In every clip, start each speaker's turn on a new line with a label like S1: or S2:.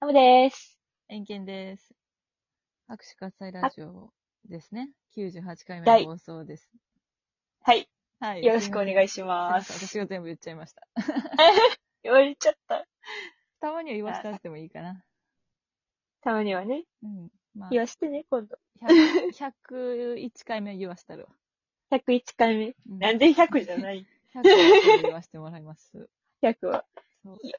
S1: ハムです。
S2: 円健です。握手喝采
S1: は
S2: ラジオですね。98回
S1: は
S2: 目
S1: い
S2: の放送です。
S1: はい。
S2: はい。
S1: よろしくお願
S2: いし
S1: いします。
S2: 私が全部言っちゃいました。
S1: 言われちゃった。
S2: たまには言わせたってもいいかな。
S1: たまにはね、
S2: うん。まあ、
S1: 言わしてね、今度。
S2: 100 101回目言わせたるわ。
S1: 101回目。
S2: うん
S1: なんで100じゃない
S2: ?100 回目言わせてもらいます。
S1: ?100 は
S2: そう
S1: いや。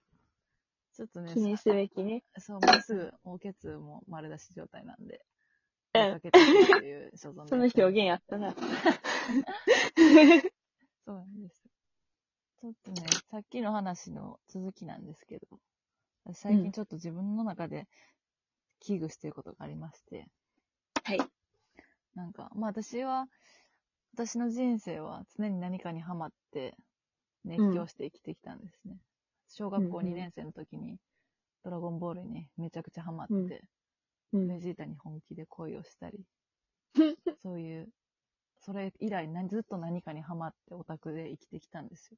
S2: ちょっとね
S1: 記、念すべきね。
S2: そう、もうすぐ、おけつも丸出し状態なんで。
S1: うん
S2: 追いかけていくっていう所存で
S1: その表現やったな。
S2: そうなんです。ちょっとね、さっきの話の続きなんですけど、最
S1: うん
S2: 近ちょっと自分の中で危惧していることがありまして、
S1: はい。
S2: なんか、まあ私は、私の人生は常に何かにハマって熱狂して生きてきたんですね。小学校
S1: うんうん
S2: 2年生の時に、ドラゴンボールにめちゃくちゃハマっ
S1: うん
S2: て、
S1: うん、
S2: ベジータに本気で恋をしたりそういう、それ以来何ずっと何かにハマってオタクで生きてきたんですよ。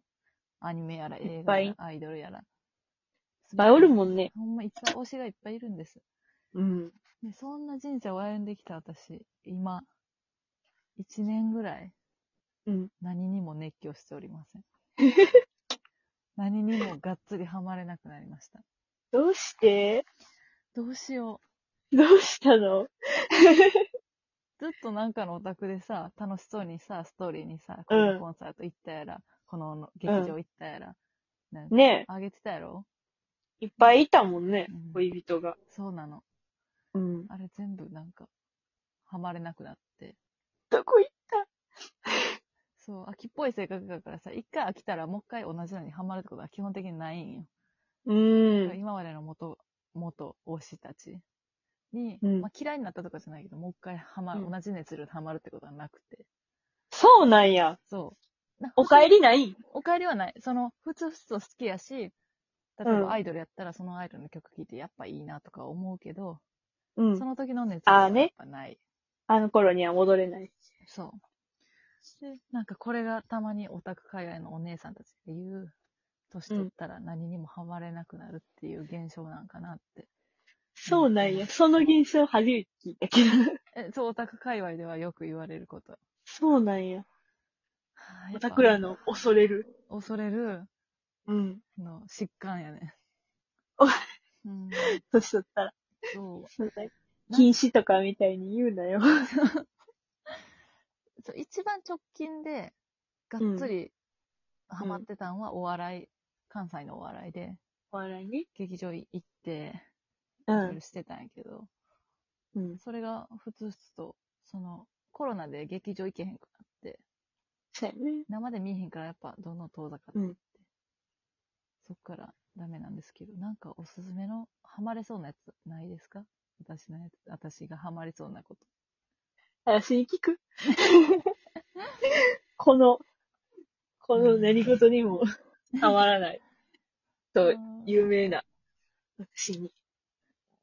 S2: アニメやら映画
S1: い
S2: や
S1: っ
S2: らアイドルやら。
S1: バオるもんね。
S2: ほんまいっぱい推しがいっぱいいるんです。
S1: うん。
S2: でそんな人生を歩んできた私、今、1年ぐらい
S1: うん。
S2: 何にも熱狂しておりません。 何にもがっつりハマれなくなりました。
S1: どうして
S2: どうしよう。
S1: どうしたの
S2: ずっとなんかのオタクでさ、楽しそうにさ、ストーリーにさ、
S1: う
S2: こ
S1: ん
S2: のコンサート行ったやら、この劇場行ったやら、なんか
S1: ね
S2: あげてたやろ
S1: え。いっぱいいたもんね
S2: うん
S1: 恋人が。
S2: そうなの。
S1: うん。
S2: あれ全部なんか、ハマれなくなって。
S1: どこ行っ
S2: そう、秋っぽい性格だからさ、一回飽きたらもう一回同じのにハマるってことは基本的にないんよ。
S1: う
S2: だから
S1: ん。
S2: 今までの元、元推したちに、
S1: うん
S2: まあ、嫌いになったとかじゃないけど、もう一回ハマ、
S1: うん
S2: 同じ熱量でハマるってことはなくて。
S1: そうなんや。
S2: そう。な
S1: お帰りない
S2: お帰りはない。その、ふつふつと好きやし、例え
S1: うん
S2: ばアイドルやったらそのアイドルの曲聴いてやっぱいいなとか思うけど、
S1: うん
S2: そ。の時の熱
S1: あー
S2: は
S1: ね
S2: やっぱない。
S1: あの頃には戻れない。
S2: そう。で、なんかこれがたまにオタク海外のお姉さんたちっていう、年取ったら何にもハマれなくなるっていう現象なんかなって。
S1: そうなんや。その現象初めて聞いた けど。
S2: え、そう、オタク界隈ではよく言われること。
S1: そうなんや。
S2: はあ
S1: オタクら。
S2: やっ
S1: の恐れる。
S2: ぱ恐れる
S1: うん。
S2: の疾患やね。
S1: お
S2: うん、
S1: 年取ったら。
S2: そう。
S1: そうだよ
S2: な
S1: 禁止とかみたいに言うなよ。
S2: そう一番直近でがっつりハマってたんはお笑い、関西のお笑いで
S1: お笑いね。
S2: 劇場行って
S1: う
S2: いろいろ
S1: ん。
S2: してたんやけど、
S1: うん。
S2: それがふつふつとそのコロナで劇場行けへんくなって
S1: そうやね。
S2: 生で見えへんからやっぱどんどん遠ざかっていって、そっからダメなんですけどなんかおすすめのハマれそうなやつないですか私のやつ私がハマれそうなこと
S1: 私に聞く この、この何事にもたまらない。と、有名な。私に。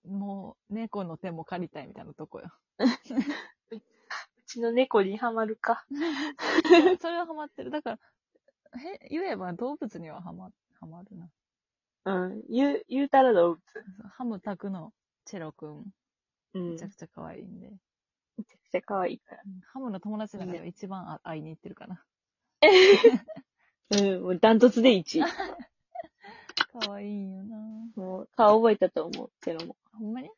S2: もう猫の手も借りたいみたいなとこよ
S1: うちの猫にハマるか。
S2: そうそれはハマってる。だから、へ言えば動物にはハマ、ハマるな。
S1: うん。言う、言うたら動物。
S2: そうハムタクのチェロくん、
S1: うん。め
S2: め
S1: ち
S2: ち
S1: ゃ
S2: ゃ
S1: く
S2: くちゃ可愛いんで。
S1: ちゃ可愛いか
S2: うんハムの友達の中では一番あ会いに行ってるかな。
S1: ら。うん。もうダントツで1位。
S2: 可愛いんよな
S1: もう顔覚えたと思う。チェロも。
S2: ほんまに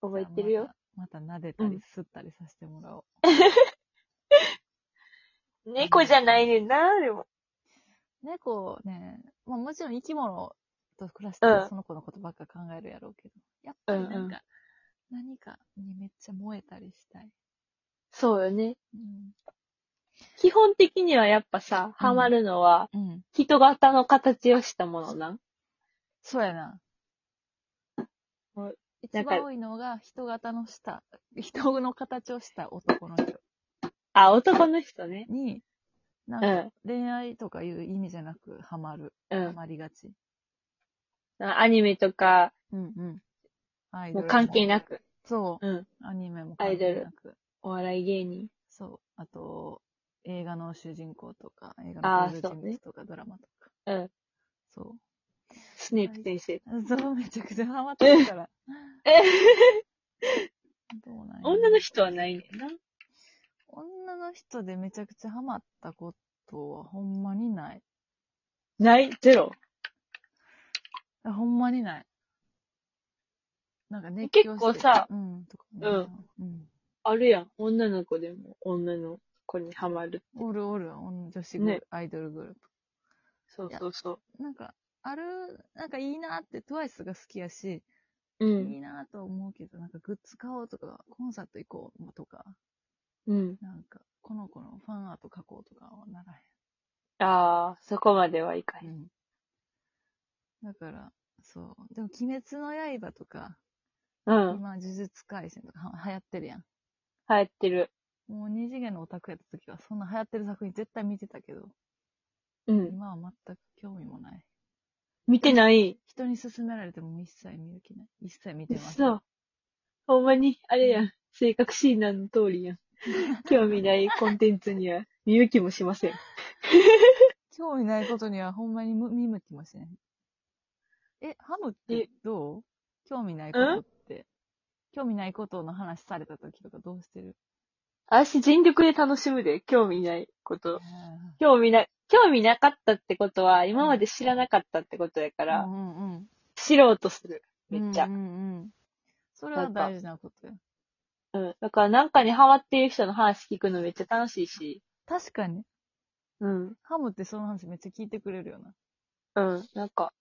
S1: 覚えてるよ。
S2: また。また撫でた
S1: う
S2: り
S1: ん、
S2: 吸ったりさせてもらおう。
S1: 猫じゃないねんな、でも。
S2: 猫ね、まあもちろん生き物と暮らした
S1: う
S2: ら
S1: ん
S2: その子のことばっか考えるやろうけど、やっぱりなんか、何かにめっちゃ燃えたりしたい。
S1: そうよね。
S2: うん。
S1: 基本的にはやっぱさ、ハマるのは、
S2: うん。
S1: 人型の形をしたものなん。
S2: そうや
S1: う
S2: な。
S1: んな
S2: 一
S1: んか
S2: 番多いのが、人型のした、 人の形をした男の人
S1: あ、男の人ね。
S2: に、な
S1: うん
S2: か
S1: ん。
S2: 恋愛とかいう意味じゃなく、ハマる。
S1: う
S2: ハ
S1: ん。
S2: マりがち。
S1: アニメとか、
S2: うんうん。アイド
S1: も
S2: ル
S1: う関係な
S2: く。
S1: く。
S2: そ
S1: うん。
S2: う。アニメも関係なく。
S1: お笑い芸人。
S2: そう。あと、映画の主人公とか、映画
S1: あ
S2: の
S1: ー
S2: 登
S1: そ
S2: 場人
S1: うね
S2: 物とか、ドラマとか。
S1: うん。
S2: そう。
S1: ススネープ先生。
S2: そう、めちゃくちゃハマってるから。
S1: え
S2: どうなんやろ
S1: 女の人はないねんな。
S2: 女の人でめちゃくちゃハマったことはほんまにない。
S1: ないゼロ。
S2: ほんまにない。なんか熱狂して
S1: 結構さ、
S2: うん、とか、うん。
S1: あるやん。女の子でも女の子にハマる。
S2: おるおる、女女子グルー
S1: ね
S2: プ、アイドルグルー
S1: そうそうそ
S2: プ。なんか、ある、なんかいいなって、トワイスが好きやし、
S1: う。う
S2: い
S1: ん。
S2: いなと思うけど、なんかグッズ買おうとか、コンサート行こうとか、
S1: うん。
S2: なんか、この子のファンアート書こうとかはなら
S1: ああ、そこまではいか
S2: へ
S1: へ
S2: ん。
S1: ん。
S2: うん。だから、そう。でも、鬼滅の刃とか、
S1: うん。
S2: 今、呪術廻戦とかは流行ってるやん。
S1: 流行ってる。
S2: もう二次元のオタクやった時は、そんな流行ってる作品絶対見てたけど、
S1: うん。
S2: 今は全く興味もない。
S1: 見てない。
S2: 人に勧められても一切見る気ない。一切見てます。
S1: そう。ほんまに、あれやん。性格診断の通り やん。興味ないコンテンツには見向きもしません。
S2: 興味ないことにはほんまにむ見向きもしない。え、ハムって
S1: え
S2: どう興味ないことって。興味ないことの話された時とかどうしてる
S1: 私全力で楽しむで。興味ないこと。
S2: あ
S1: 興味ない。興味なかったってことは、今まで知らなかったってことやか
S2: ー
S1: ら、
S2: うんうんうん。
S1: 知ろうとする。めっちゃ
S2: うん。うんうん。それは大事なことや。
S1: うん。だからなんかにハマってる人の話聞くのめっちゃ楽しいし。
S2: 確かに。
S1: うん。
S2: ハムってその話めっちゃ聞いてくれるよな。
S1: うん。なんか、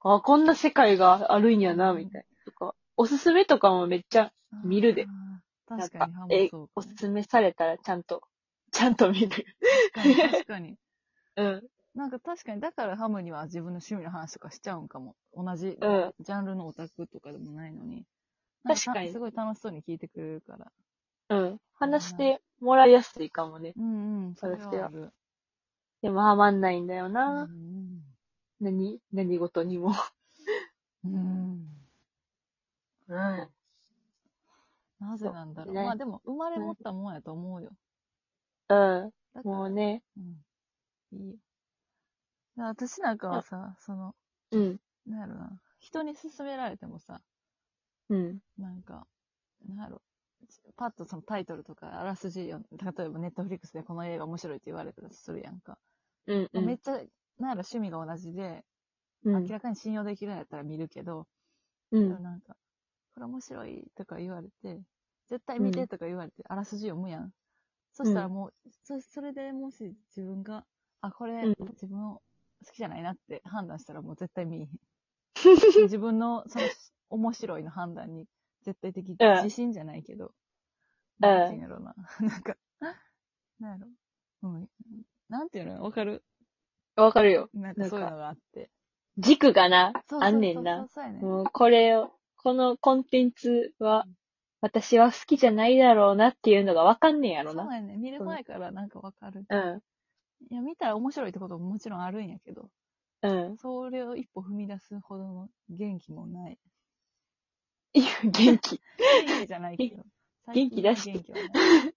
S1: あ、こんな世界があるんやな、みたいな。とか、おすすめとかもめっちゃ、見るで
S2: あー。
S1: なん
S2: 確か
S1: か
S2: にハ、ム
S1: え
S2: そう、
S1: お
S2: かも
S1: すすめされたらちゃんと、 ちゃんと見る。
S2: 確かに、確かに。
S1: うん。
S2: なんか確かに、だからハムには自分の趣味の話とかしちゃうんかも。同じ
S1: うん。
S2: ジャンルのオタクとかでもないのに。
S1: 確かに
S2: なんたすごい楽しそうに聞いてくれるから。
S1: うん。話してもらいやすいかもね。
S2: うんうん、そ
S1: そう
S2: れ
S1: ですよ
S2: はある。
S1: でもハマんないんだよ
S2: う
S1: な。
S2: ん
S1: 何、何事にも。
S2: うん。うん。
S1: うん。
S2: なぜなんだろう。
S1: そうね
S2: まあでも、生まれ持ったもんやと思うよ。
S1: う
S2: だ
S1: ん。
S2: から、
S1: もう
S2: う
S1: ね。
S2: ん。いいよ。だから私なんかはさ、その、
S1: うん。
S2: なんやろな。人に勧められてもさ、
S1: うん。
S2: なんか、なんやろ。パッとそのタイトルとか、あらすじ読ん例えばネットフリックスでこの映画面白いって言われたらするやんか。
S1: うん。う
S2: めっ
S1: ん。
S2: ちゃ、なんやろ趣味が同じで、
S1: う
S2: 明
S1: ん。
S2: らかに信用できるんやったら見るけど、
S1: う
S2: でも
S1: ん。
S2: なんか、これ面白いとか言われて、絶対見てとか言われて、あらすじ読むやん。そしたらもう、そそれでもし自分が、あ、これ
S1: うん
S2: 自分を好きじゃないなって判断したらもう絶対見えへん。 自分のその面白いの判断に絶対的
S1: うん
S2: 自信じゃないけど、
S1: うん
S2: なんていうんやろな。 なんか、なんやろ。うん。なんていうのわかる
S1: わかるよ。
S2: なんかそういうのがあって。
S1: 軸がな
S2: そ、う
S1: あんねんな。。
S2: そうそうそうそうやね
S1: もうこれを、このコンテンツは、私は好きじゃないだろうなっていうのがわかんねんやろ
S2: そう
S1: な。
S2: やね。見る前からなんかわかる。
S1: うん。
S2: いや、見たら面白いってことももちろんあるんやけど、
S1: うん。
S2: それを一歩踏み出すほどの元気もない。
S1: いや元気。
S2: 元気じゃないけど。
S1: 元気出して
S2: 最近の元気は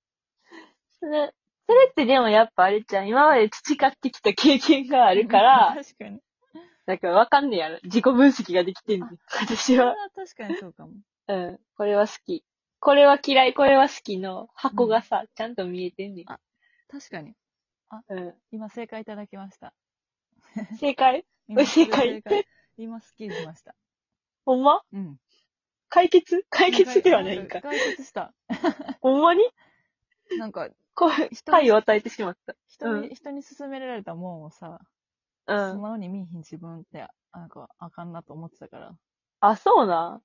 S1: それ、それってでもやっぱあれちゃん、今まで培ってきた経験があ
S2: ない
S1: るから、
S2: 確かに。
S1: だからわかんねえやろ。自己分析ができて んねん
S2: あ。そ
S1: 私
S2: れ
S1: は
S2: は。確かにそうかも。
S1: うん。これは好き。これは嫌い、これは好きの箱がさ、ちゃんと見えてんねん
S2: あ。確かに。
S1: うん。
S2: 今正解いただきました。
S1: 正解
S2: 今
S1: 正解
S2: 今スッキリしました。
S1: ほんま
S2: うん。
S1: 解決解決ではないんか。
S2: 解決した。
S1: ほんまに
S2: なんか、
S1: こう、
S2: 人
S1: 解を与えてしまっ
S2: 人に、
S1: う
S2: 人に勧められたもんをさ、
S1: た。う
S2: 素
S1: ん。
S2: 直に見えひん自分って、なんか、あかんなと思ってたから。
S1: あ、そうな。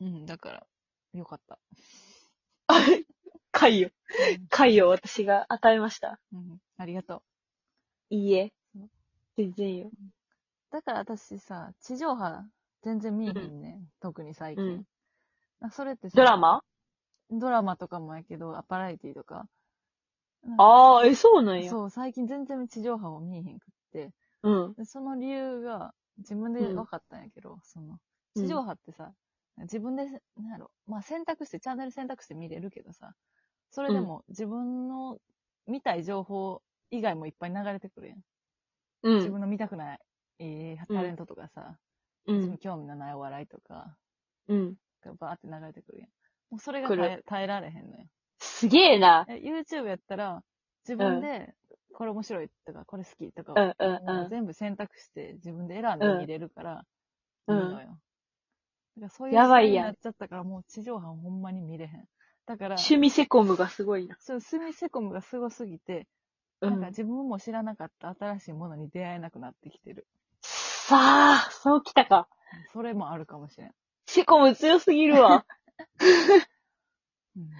S2: うん、だから、よかった。
S1: 解を、解を私が与えました。
S2: うん、うんありがとう。
S1: いいえ
S2: うん。
S1: 全然よ。
S2: だから私さ、地上波全然見えへんねん。特に最近。
S1: うん
S2: なんかそれってさ
S1: ドラマ
S2: ドラマとかもやけど、アパラエティとか。なんか
S1: ああ、え、そうなんや。
S2: そう、最近全然地上波を見えへんくって。
S1: うん。
S2: でその理由が、自分で分かったんやけど、その、地上波ってさ、自分で、なんやろ、まあ選択して、チャンネル選択して見れるけどさ、それでも自分の見たい情報以外もいっぱい流れてくるやん。
S1: う
S2: 自
S1: ん。
S2: 分の見たくない、えータレントとかさ、
S1: う
S2: 自
S1: ん
S2: 分。興味のないお笑いとか、
S1: うん。
S2: がバーって流れてくるやん。もうそれが
S1: 来る
S2: 耐え耐えられへんのよ。
S1: すげえな。
S2: え YouTube やったら、自分で、これ面白いとか、これ好きとか、
S1: うんうん
S2: もう
S1: う
S2: 全部選択して自分で選んで見れるから、
S1: う
S2: い
S1: ん
S2: いのよ。だからそういう
S1: やばい
S2: 時代
S1: やん
S2: になっちゃったから、もう地上波ほんまに見れへん。だか
S1: ん。
S2: ら、
S1: 趣味セコムがすごいな。
S2: そう、スミセコムがすごすぎて、
S1: う
S2: なんか
S1: ん。
S2: 自分も知らなかった新しいものに出会えなくなってきてる。
S1: さあ、そうきたか。
S2: それもあるかもしれん。
S1: セコム強すぎる わ。
S2: うん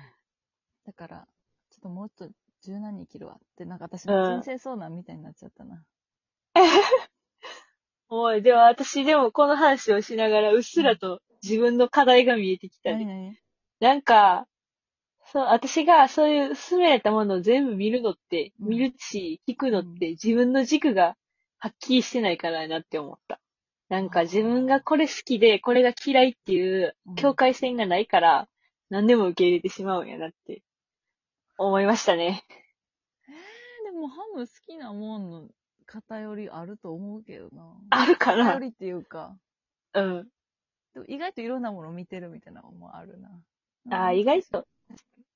S2: だから、ちょっともうちょっと柔軟に生きるわって、なんか私も人生相談みたいになっちゃったな。
S1: おい、では私でもこの話をしながらうっすらと自分の課題が見えてきたり。
S2: 何何
S1: なんか、そう、私がそういう勧められたものを全部見るのって、
S2: うん
S1: 見るし、聞くのっ
S2: う
S1: て自分の軸がはっきりしてないからやなって思った。なん
S2: あ
S1: か
S2: ー
S1: 自分がこれ好きで、これが嫌いっていう
S2: うん
S1: 境界線がないから、何でも受け入れてしまうんやなって、思いましたね。
S2: でもハム好きなもんの偏りあると思うけどな。
S1: あるか
S2: 偏
S1: な
S2: りっていうか、
S1: うん。
S2: でも意外といろんなもの見てるみたいなのもあるな。
S1: ああ、意外。と。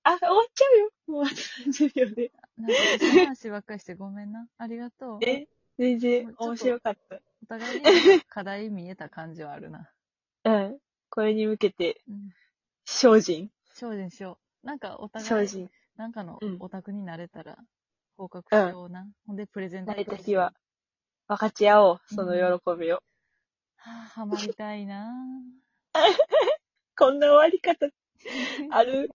S1: あ、終わっちゃうよ。もうあと30秒で。
S2: なんか私の話ばっかりしてごめんな。ありがとう。
S1: え、全然面白かった。
S2: お互いに課題見えた感じはあるな。
S1: うん。これに向けて、
S2: うん。
S1: 精進。
S2: 精進しよう。なんかお互
S1: 精
S2: い、
S1: 進。
S2: なんかの
S1: うん
S2: オタクになれたら、報告しような。ほんで、プレゼント
S1: 慣
S2: と
S1: れ
S2: か
S1: た日は、分かち合おう、
S2: うん
S1: その喜びを。
S2: はあ、ハマりたいなぁ。
S1: こんな終わり方ある